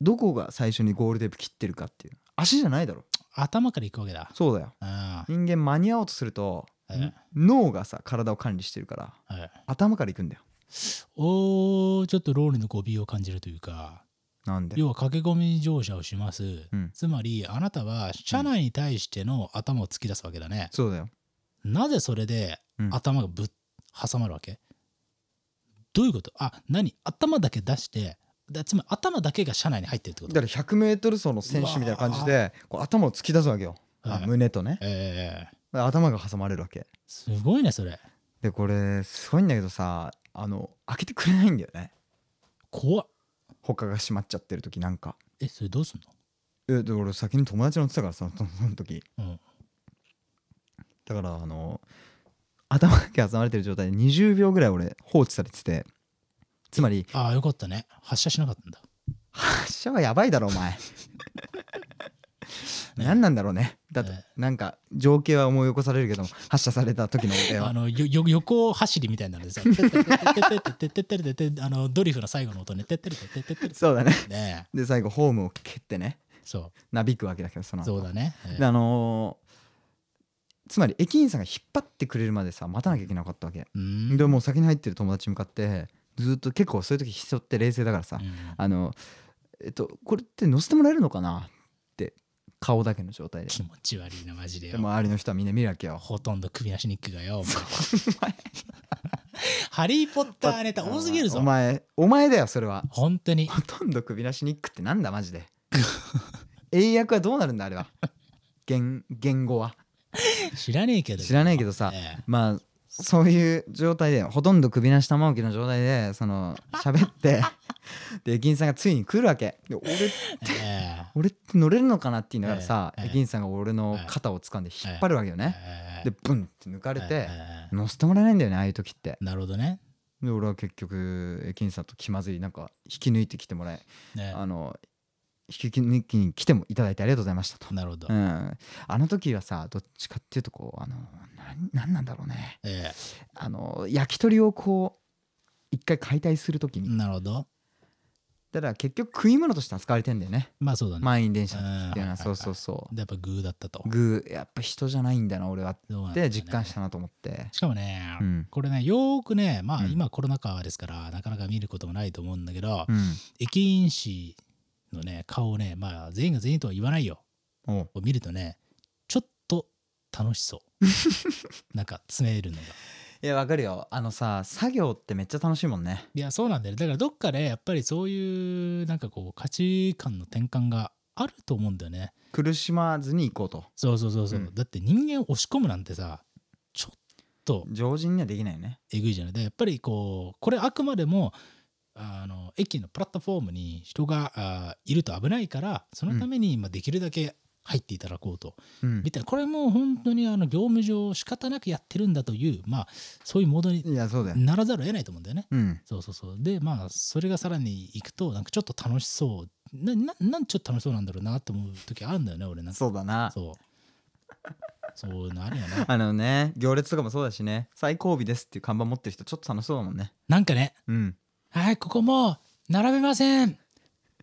S3: どこが最初にゴールテープ切ってるかっていう足じゃないだろ
S2: 頭からいくわけだ
S3: そうだよ
S2: あ
S3: 人間間に合おうとすると、
S2: ええ
S3: 脳がさ体を管理してるから
S2: あ、はい
S3: 頭から行くんだよ
S2: おーちょっとロールの語尾を感じるというか
S3: なんで
S2: 要は駆け込み乗車をします、
S3: うん
S2: つまりあなたは車内に対しての頭を突き出すわけだね、
S3: そうだよ
S2: なぜそれで
S3: うん
S2: 頭がぶっ挟まるわけ、どういうことあ何頭だけ出してだつまり頭だけが車内に入ってるってこと
S3: だから 100m 走の選手みたいな感じでこう頭を突き出すわけよ、あ
S2: はい
S3: 胸とね
S2: ええ
S3: 頭が挟まれるわけ
S2: すごいねそれ
S3: でこれすごいんだけどさあの開けてくれないんだよね
S2: 怖っ
S3: 他が閉まっちゃってる時なんか
S2: えそれどうすん
S3: えで俺先に友達乗ってたからさその その時
S2: のうん
S3: だからあの頭だけ挟まれてる状態で20秒ぐらい俺放置されててつまり
S2: ああよかったね発射しなかったんだ
S3: 発射はやばいだろお前何なんだろうねだって
S2: ね
S3: なんか情景は思い起こされるけども発射された時の 俺
S2: あ
S3: は
S2: のよよ横走りみたいなのでさ「てってってってってってってあのドリフの最後の音ね「てってってってってってって
S3: そうだね」
S2: ね
S3: で最後ホームを蹴ってね
S2: えそ
S3: なびくわけだけどその
S2: うそうだねえ
S3: であのーつまり駅員さんが引っ張ってくれるまでさ待たなきゃいけなかったわけ、
S2: えうん
S3: でもう先に入ってる友達に向かってずっと結構そういう時人って冷静だからさ、
S2: うん
S3: あのえっとこれって乗せてもらえるのかなって顔だけの状態で
S2: 気持ち悪いなマジで
S3: で
S2: よ
S3: 周りの人はみんな見るわけよ
S2: ほとんど首なしニックがよお前ハリー・ポッターネタ多すぎるぞ
S3: お前お前だよそれは
S2: 本当に
S3: ほとんど首なしニックってなんだ マジで英訳はどうなるんだあれは言言語は
S2: 知らねえけど
S3: 知らないけどさ、
S2: ええ
S3: まあそういう状態でほとんど首なし玉置きの状態でその喋ってで駅員さんがついに来るわけで俺
S2: え
S3: 俺って乗れるのかなって言いながらさ、
S2: ええええ
S3: 駅員さんが俺の肩を掴んで引っ張るわけよ
S2: え
S3: ね、
S2: ええ
S3: でブンって抜かれて、
S2: ええ
S3: 乗せてもらえないんだよねああいう時って
S2: なるほどね
S3: で俺は結局駅員さんと気まずいなんか引き抜いてきてもらい、
S2: ね
S3: あの引き抜きに来てもいただいてありがとうございましたと、
S2: なるほど
S3: うん、あの時はさどっちかっていうとこうあのなんなんなんだろうね
S2: ええ
S3: あの焼き鳥をこう一回解体するときに、
S2: なるほど
S3: だから結局食い物として扱われてんだよね
S2: まあそうだね
S3: 満員電車っていうの
S2: うん
S3: はそうそうそう
S2: でやっぱグーだったと
S3: グーやっぱ人じゃないんだな俺はっ
S2: そうなんだよ
S3: て
S2: ね
S3: 実感したなと思って
S2: しかもね、
S3: うん
S2: これねよーくねまあ
S3: うん
S2: 今コロナ禍ですから、なかなか見ることもないと思うんだけど、
S3: うん
S2: 駅員士のね顔をねまあ全員が全員とは言わないよ
S3: おう
S2: を見るとねちょっと楽しそう なんか詰めるのが
S3: いやわかるよあのさ作業ってめっちゃ楽しいもんね
S2: いやそうなんだよねだからどっかでやっぱりそういうなんかこう価値観の転換があると思うんだよね
S3: 苦しまずに行こうと
S2: そうそうそうそう、
S3: うん
S2: だって人間を押し込むなんてさちょっと
S3: 常人にはできないよね
S2: えぐいじゃないでやっぱりこうこれあくまでもあの駅のプラットフォームに人があいると危ないからそのために、まあ、できるだけ入っていただこうと、
S3: うん
S2: みたいなこれもう本当にあの業務上仕方なくやってるんだというまあそういうモードに
S3: いやそうだよ、
S2: ならざるを得ないと思うんだよね。
S3: うん
S2: そうそうそうでまあそれがさらにいくとなんかちょっと楽しそうなななんちょっと楽しそうなんだろうなって思う時あるんだよね俺なんか
S3: そうだな
S2: そうそういうのあるよね
S3: あのね行列とかもそうだしね最後尾ですっていう看板持ってる人ちょっと楽しそうだもんね
S2: なんかね
S3: うん
S2: はい、ここもう並べません。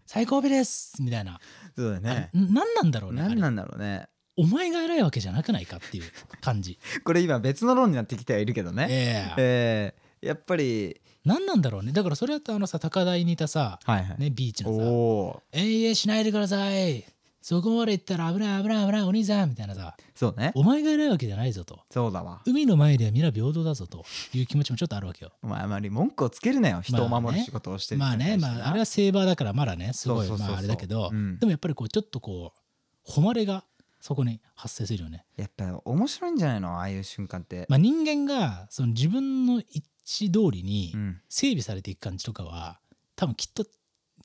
S2: 最後尾です。みたいな。
S3: そうだよね
S2: 何なんだろうね。あれ
S3: 何なんだろうね
S2: お前が偉いわけじゃなくないかっていう感 じ。
S3: これ今別の論になってきてはいるけどね。
S2: ええ
S3: えーやっぱり
S2: 何なんだろうね。だからそれだとあのさ、高台にいたさ、
S3: はいはい。
S2: ね、ビーチ
S3: お
S2: のさ、
S3: お
S2: えいえいしないでください。そこまで行ったら危ない危ない危ないお兄さんみたいなさ、
S3: ーそうね。
S2: お前が偉いわけじゃないぞと。
S3: そうだわ。
S2: 海の前では皆平等だぞという気持ちもちょっとあるわけよ。
S3: お前あまり文句をつけるなよ。人を守る仕事をしてる
S2: まあね、まあ、あれはセーバーだからまだね、すごい、
S3: そうそうそうそう
S2: まああれだけど、
S3: うん
S2: でもやっぱりこう、ちょっとこう、誉れがそこに発生するよね。
S3: やっぱ面白いんじゃないのああいう瞬間って。
S2: まあ、人間がその自分の一致通りに
S3: うん。
S2: 整備されていく感じとかは多分きっと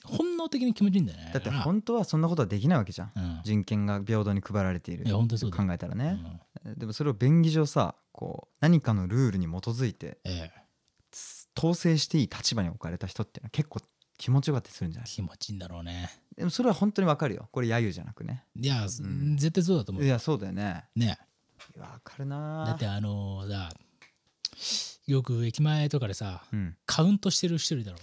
S2: 本能的に気持ちいいんだよね。
S3: だって
S2: から
S3: 本当はそんなことはできないわけじゃん。
S2: うん
S3: 人権が平等に配られている。
S2: いや本当にそうだ
S3: 考えたら
S2: う
S3: ね。
S2: ん
S3: でもそれを便宜上さ、こう何かのルールに基づいて
S2: ええ
S3: つ統制していい立場に置かれた人っていうのは結構気持ちよかったりするんじゃない
S2: 気持ちいいんだろうね。
S3: でもそれは本当にわかるよ。これ揶揄じゃなくね。
S2: いや、
S3: ん
S2: 絶対そうだと思う
S3: い。やそうだよね。
S2: ね
S3: わかるなー
S2: だってあのーさよく駅前とかでさ
S3: うん、
S2: カウントしてる一人だろ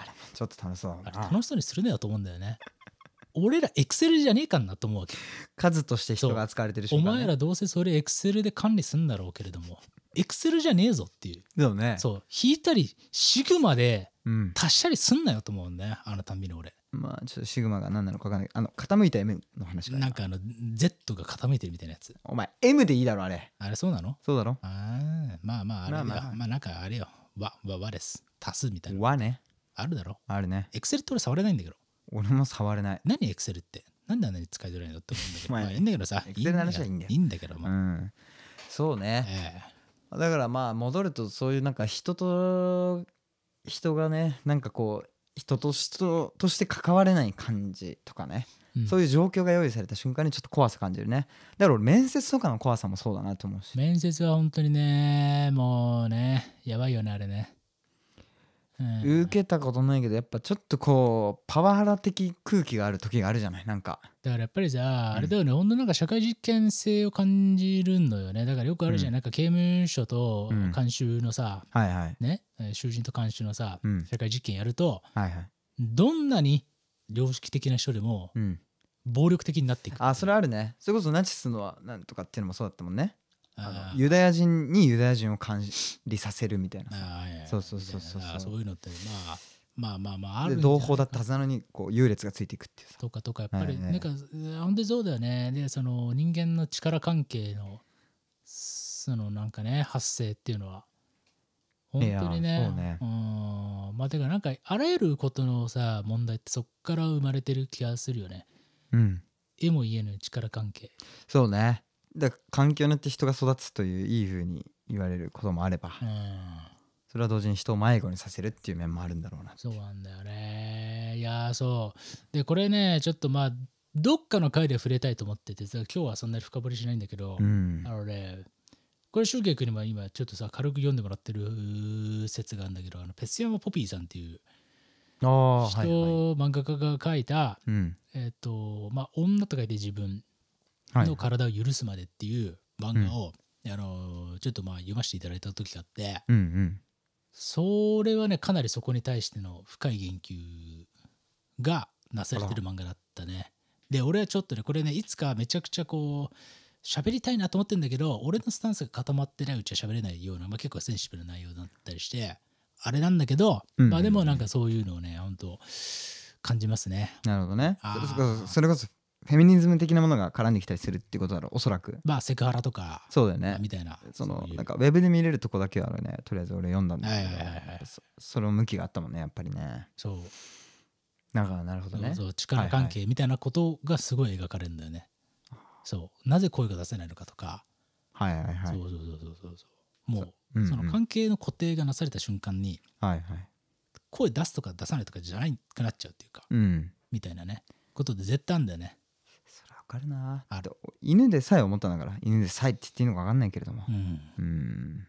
S3: あれもちょっと楽しそう
S2: あ
S3: だ
S2: れ
S3: な
S2: 楽しそうにするねだと思うんだよね。俺らエクセルじゃねえかんなと思うわけ。
S3: 数として人が扱われてる
S2: お
S3: 瞬間、ね、
S2: 前らどうせそれエクセルで管理すんだろうけれどもエクセルじゃねえぞっていう。
S3: でもね
S2: そう引いたりシグマで
S3: うん、
S2: 足したりすんなよと思うんだよねあのたんびに俺
S3: まあちょっとシグマが何なのか分かんないあの傾いた M の話か
S2: なんかあの Z が傾いてるみたいなやつ
S3: お前 M でいいだろあれ
S2: あれそうなの
S3: そうだろ
S2: あーまあまああれだよ
S3: まあまあ
S2: まあなんかあれよわわわです足すみたいな
S3: わね
S2: あるだろ
S3: あるね
S2: エクセルって俺触れないんだけど
S3: 俺も触れない
S2: 何エクセルってなんであんなに使いづらいのって思うんだけど
S3: ま
S2: ま
S3: あ
S2: あいいんだけどさ
S3: Excel の話はいいんだよ
S2: いいんだけど
S3: う
S2: も、
S3: んそうね
S2: ええ
S3: だからまあ戻るとそういうなんか人と人がねなんかこう人と人として関われない感じとかね、
S2: うん
S3: そういう状況が用意された瞬間にちょっと怖さ感じるねだから俺面接とかの怖さもそうだなと思うし
S2: 面接は本当にねもうねやばいよねあれね、うん、
S3: 受けたことないけどやっぱちょっとこうパワハラ的空気がある時があるじゃないなんか
S2: だからやっぱりさ
S3: ん
S2: あれだよね、ほんとなんか社会実験性を感じるのよねだからよくあるじゃん、
S3: うん
S2: なんか刑務所と
S3: うん
S2: 監修のさ、
S3: はいはい
S2: ねえー囚人と監修のさ、
S3: うん
S2: 社会実験やると
S3: はいはい
S2: どんなに良識的な人でも
S3: うん
S2: 暴力的になっていく
S3: あそれあるねそれこそナチスのはなんとかっていうのもそうだったもんねあ
S2: あ
S3: のユダヤ人にユダヤ人を管理させるみたいな
S2: あいや
S3: そうそうそうそう
S2: みたいなあそういうのってまあまあまあまああ
S3: で
S2: るんじゃない
S3: 同胞だったはずなのにこう優劣がついていくっていうさ
S2: とかとかやっぱり
S3: はいは
S2: ないんか本当にそうだよねでその人間の力関係のそのなんかね発生っていうのは本
S3: いや
S2: 当にね
S3: そうね
S2: うんまあてかなんかあらゆることのさ問題ってそっから生まれてる気がするよね
S3: うん
S2: 絵も言えぬ力関係
S3: そうねだから環境によって人が育つといういい風に言われることもあれば
S2: うん
S3: それは同時に人を迷子にさせるっていう面もあるんだろうな
S2: そうなんだよねいやーそうでこれねちょっとまあどっかの回で触れたいと思ってて今日はそんなに深掘りしないんだけど、
S3: うん
S2: あのね、これ、シュウケイ君にも今、ちょっとさ、軽く読んでもらってる説があるんだけど、あのペスヤマポピーさんっていう
S3: ああ
S2: 人、
S3: はいはい
S2: 漫画家が書いた、
S3: うん
S2: えっ、と、まあ、女と書いて自分
S3: はい
S2: の体を許すまでっていう漫画を、あのちょっとまあ読ませていただいた時があって、
S3: うんうん
S2: それはね、かなりそこに対しての深い言及がなされてる漫画だったね。で、俺はちょっとね、これね、いつかめちゃくちゃこう、喋りたいなと思ってんだけど、俺のスタンスが固まってないうちは喋れないような、まあ、結構センシティブな内容だったりして、あれなんだけど、
S3: うん
S2: まあでもなんかそういうのをね、本当感じますね。
S3: なるほどね
S2: あー
S3: それこそそれこそフェミニズム的なものが絡んできたりするってことだろうおそらく
S2: まあ、セクハラとか、
S3: そうだよ
S2: まあ
S3: ね
S2: みたいな。
S3: その
S2: ういう
S3: なんかウェブで見れるとこだけはねとりあえず俺読んだんだけ
S2: は
S3: ど、
S2: いはいはいはい
S3: そその向きがあったもんねやっぱりね
S2: そう、
S3: だからなるほどね
S2: そう力関係みたいなことがすごい描かれるんだよね。そう、なぜ声が出せないのかとか、
S3: はいはいはい
S2: そうそうそうそうそうそうも
S3: う
S2: う
S3: んう
S2: んその関係の固定がなされた瞬間に
S3: はいはい
S2: 声出すとか出さないとかじゃないくなっちゃうっていうか
S3: うん
S2: みたいなねことで絶対あんだよね
S3: それわかるな
S2: ある
S3: で犬でさえ思ったんだから犬でさえって言っていいのかわかんないけれども
S2: うん
S3: うん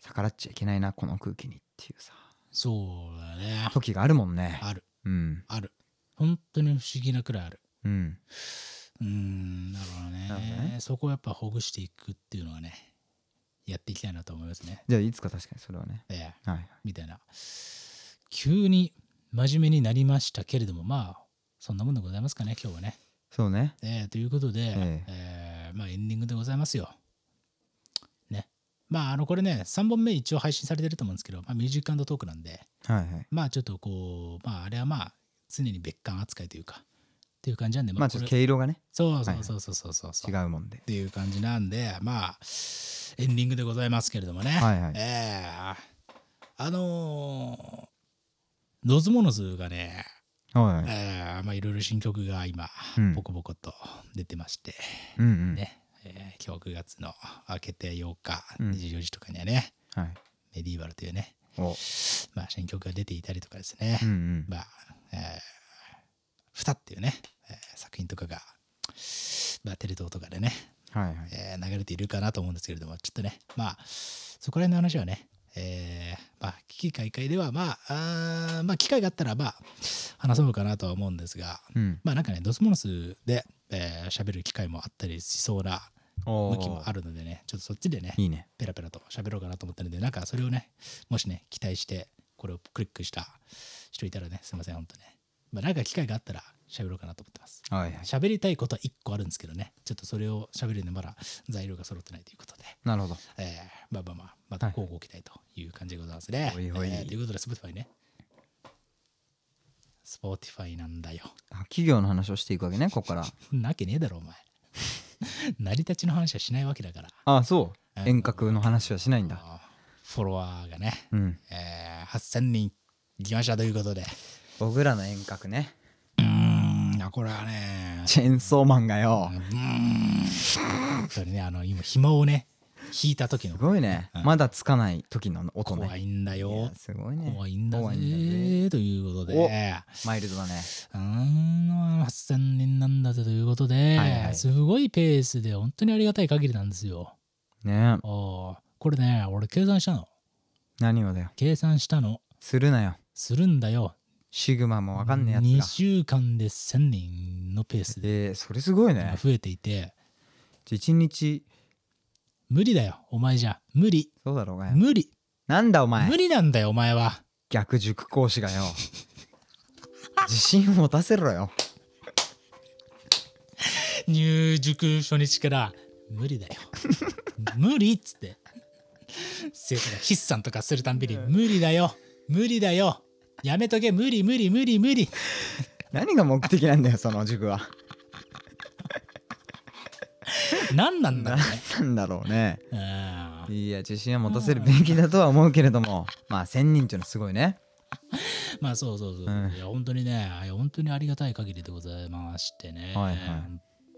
S3: 逆らっちゃいけないなこの空気にっていうさ
S2: そうだね
S3: 時があるもんね
S2: ある
S3: うん
S2: ある本当に不思議なくらいある
S3: うん
S2: うーんなるほど
S3: なるほど
S2: ね
S3: ね
S2: そこをやっぱほぐしていくっていうのはねやっていきたいなと思いますね
S3: じゃあいつか確かにそれはね
S2: ええ
S3: はいはい
S2: みたいな急に真面目になりましたけれどもまあそんなもんでございますかね今日はね
S3: そうね
S2: えーということで、
S3: え
S2: えーまあ、エンディングでございますよ。ね。まあ、あの、これね、3本目一応配信されてると思うんですけど、まあ、ミュージックトークなんで、
S3: はいはい
S2: まあ、ちょっとこう、まあ、あれはまあ、常に別館扱いというか、っていう感じなんで、
S3: まあ
S2: こ
S3: ち
S2: れ
S3: ょっと毛色がね
S2: そうそうそうそうそうそう
S3: 違
S2: っ
S3: うもんで
S2: ていう感じなんで、まあ、エンディングでございますけれどもね。
S3: はいはい
S2: えーあのー、ノズモノズがね、
S3: はいはい
S2: えーまあ、いろいろ新曲が今、
S3: うん
S2: ボコボコと出てまして、
S3: うんうん
S2: ね、えー今日9月の明けて8日、
S3: うん
S2: 24時とかにはね、
S3: はい
S2: メディーバルというね、
S3: お
S2: まあ、新曲が出ていたりとかですね、
S3: うんうん
S2: まあ、えー、蓋っていうね、えー作品とかが、まあ、テレ東とかでね、
S3: はいはい
S2: えー流れているかなと思うんですけれども、ちょっとね、まあ、そこら辺の話はね、えーまあ、危機開会では、まあ、あーまあ、機会があったら、まあ、話そうかなとは思うんですが、
S3: うん
S2: まあ、なんかね、ドスモノスで、えー喋る機会もあったりしそうな
S3: おー
S2: 向きもあるのでね、ちょっとそっちでね、
S3: いいね
S2: ペラペラと喋ろうかなと思ったので、なんかそれをね、もしね、期待して、これをクリックした人いたらね、すいません、本当ね。まあ、なんか機会があったら喋ろうかなと思ってます。
S3: はいはい
S2: 喋りたいことは1個あるんですけどね、ちょっとそれを喋るのまだ材料が揃ってないということで、
S3: なるほど
S2: えーまあまあまあ、また交互期待という感じでございますね。
S3: おいおい
S2: えーということで、Spotify ね。Spotify なんだよ。
S3: あ企業の話をしていくわけねここから
S2: なわけねえだろ、お前。 成り立ちの話はしないわけだから。
S3: あそう
S2: うん
S3: 遠隔の話はしないんだ
S2: フォロワーがね、
S3: うん
S2: えー8000人行きましょうということで
S3: 僕らの遠隔ね
S2: うーんいやこれはね
S3: チェーンソーマンがよ
S2: うーん本当にねあの今紐をね引いた時の
S3: すごいね
S2: うん
S3: まだつかない時の音
S2: 怖
S3: ね
S2: いんだ
S3: い
S2: よ
S3: やすごいね
S2: 怖いんだぜ
S3: 怖いん
S2: ということでう
S3: マイルドだね
S2: ーん8000人なんだぜということで、
S3: はいはい
S2: すごいペースで本当にありがたい限りなんですよ
S3: ねえ
S2: おーこれね俺計算したの
S3: 何をだよ
S2: 計算したの
S3: するなよ
S2: するんだよ
S3: シグマもわかんねえ
S2: 2
S3: やつ
S2: 週間で1000人のペース
S3: が
S2: で
S3: でそれすごいね
S2: 増えていて
S3: じゃあ一日
S2: 無理だよお前じゃ無理
S3: そうだろうがよ
S2: 無理
S3: なんだお前
S2: 無理なんだよお前は
S3: 逆塾講師がよ自信を持たせろよ
S2: 入塾初日から無理だ よ無理っつって生徒が筆算とかするたんびに無理だよ無理だよやめとけ無理無理無理無理
S3: 何が目的なんだよその塾は
S2: 何なんだろ
S3: 何なんだろうね
S2: うねうん
S3: いや自信を持たせるべきだとは思うけれどもまあ1,000人っていうのはすごいね
S2: まあそうそうそう、
S3: うん
S2: いや本当にねいや本当にありがたい限りでございましてね、
S3: はいはい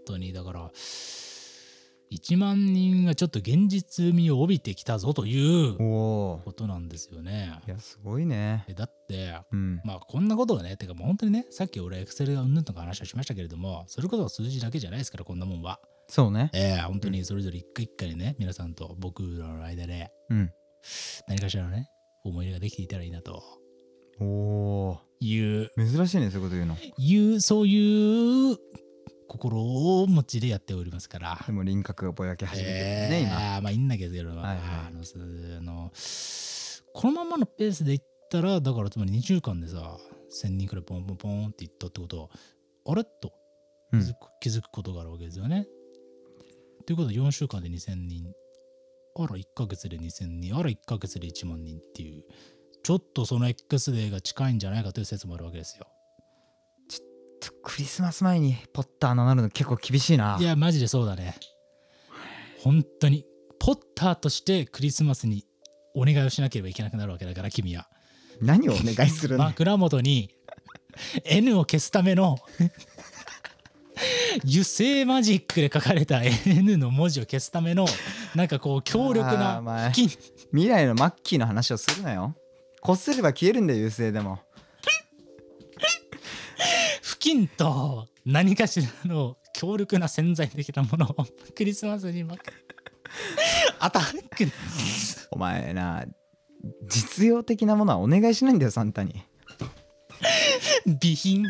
S2: 本当にだから1万人がちょっと現実味を帯びてきたぞという
S3: おお
S2: ことなんですよね
S3: いやすごいね
S2: えだって
S3: うん
S2: まあこんなことはね、てかもう本当にね、さっき俺エクセルがうんぬんとか話をしましたけれども、それこそ数字だけじゃないですから、こんなもんは。
S3: そうね
S2: ええ本当にそれぞれ一回一回ね、皆さんと僕らの間で
S3: うん
S2: 何かしらのね、思い出ができていたらいいなと
S3: おお
S2: いう、
S3: 珍しいねそういうこと言うの
S2: いう、そういう心を持ちでやっておりますから。
S3: でも輪郭がぼやけ始めてる
S2: え
S3: ね
S2: え
S3: 今
S2: まあいいんだけど、まあ
S3: はいはい
S2: あのすあのこのままのペースでいったら、だからつまり2週間でさ、1000人くらいポンポンポンっていったってことは、あれと気づく,、気づくことがあるわけですよね。ということは4週間で2000人、あら1ヶ月で2000人、あら1ヶ月で1万人っていう、ちょっとその X デーが近いんじゃないかという説もあるわけですよ。
S3: ちょっとクリスマス前にポッターのなるの結構厳しいない
S2: や、マジでそうだね。本当に、ポッターとしてクリスマスにお願いをしなければいけなくなるわけだから、君は。
S3: 何をお願いするの
S2: 枕元に N を消すための 油性マジックで書かれた N の文字を消すためのなんかこう強力
S3: あー
S2: な
S3: お前
S2: 布巾
S3: 未来のマッキーの話をするなよこすれば消えるんだよ優勢でも
S2: 布巾と何かしらの強力な潜在的なものを クリスマスに まくアタック
S3: お前な実用的なものはお願いしないんだよサンタに
S2: 備品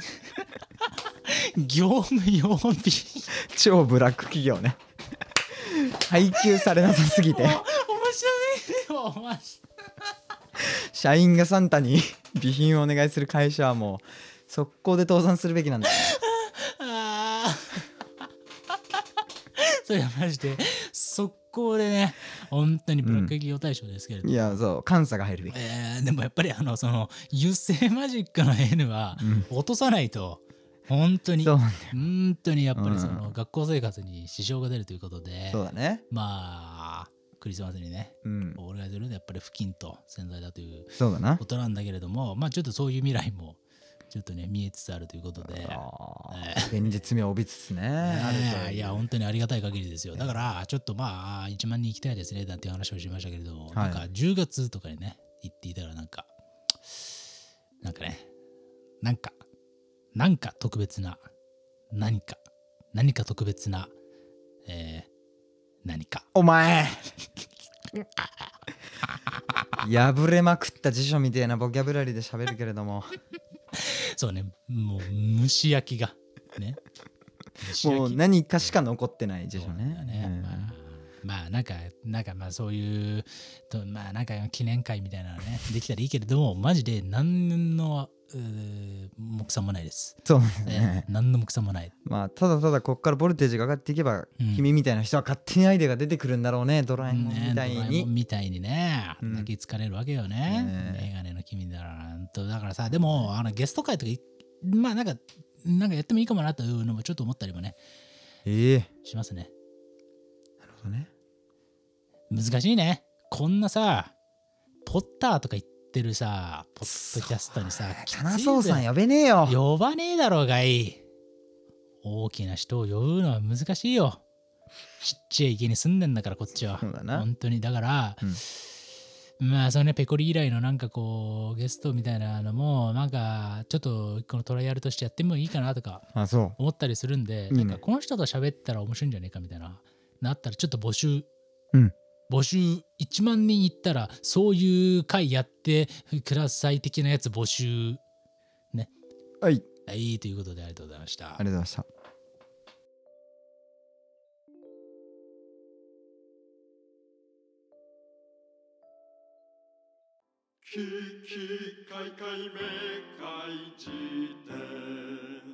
S2: 業務用備品
S3: 超ブラック企業ね 配給されなさすぎて
S2: 面白いよマジ
S3: 社員がサンタに 備品をお願いする会社はもう速攻で倒産するべきなんだよ
S2: ああそれはマジで速攻でね本当にブラック企業大賞ですけれども、
S3: いやそう監査が入るべき
S2: えーでもやっぱりあのその油性マジックの N は
S3: うん
S2: 落とさないと本当に
S3: そう
S2: 本当にやっぱりそうの学校生活に支障が出るということで、
S3: そうだね
S2: まあクリスマスにね
S3: うん
S2: お願いするのはやっぱり付近と洗剤だという
S3: そうだな
S2: ことなんだけれども まあちょっとそういう未来もちょっとね見えつつあるということで。
S3: あー現実味を帯びつつねあると
S2: ねえいや本当にありがたい限りですよだからちょっとまあ1万人行きたいですねなんていう話をしましたけれども、
S3: い
S2: なんか10月とかにね行っていたらなんかなんかねなんかなんか特別な何か何か特別な、えー何か
S3: お前 破れまくった辞書みたいなボキャブラリーで喋るけれど も
S2: そうねもう蒸し焼きが ね蒸し
S3: もう
S2: 焼き
S3: 何かしか残ってない辞
S2: そう
S3: 書
S2: なんだよ
S3: ねうん
S2: まあまあなんかなんかまあそういうとまあなんか記念会みたいなのねできたらいいけれどもマジで何のうー目算もないです、
S3: そうなんです
S2: え
S3: ね
S2: 何の目算もない
S3: まあただただこっからボルテージが上がっていけば、
S2: うん
S3: 君みたいな人は勝手にアイデアが出てくるんだろうねドラえもんみたい
S2: ねドラえ
S3: に、
S2: もんみたいにね
S3: うん
S2: 泣きつかれるわけよね、
S3: ねえ
S2: メガネの君だらなんとだからさでもあのゲスト会とかいまあなんかなんかやってもいいかもなというのもちょっと思ったりもね
S3: ええ
S2: しますね
S3: なるほどね
S2: 難しいねこんなさポッターとか言っってるさポッドキャストにさきつい
S3: 金沢さん
S2: ぜ
S3: 呼べねえよ
S2: 呼ばねえだろうがい大きな人を呼ぶのは難しいよちっちゃい家に住んでんだからこっちは
S3: そうだな
S2: 本当にだから、まあそのねペコリ以来のなんかこうゲストみたいなのもなんかちょっとこのトライアルとしてやってもいいかなとか
S3: あそ
S2: 思ったりするんで、
S3: いいね
S2: なんかこの人と喋ったら面白いんじゃねえかみたいななったらちょっと募集、
S3: うん
S2: 募集1万人いったらそういう回やってください的なやつ募集
S3: うはい
S2: はいということでありがとうございました
S3: ありがとうございました
S1: キキカイカイメカイ辞典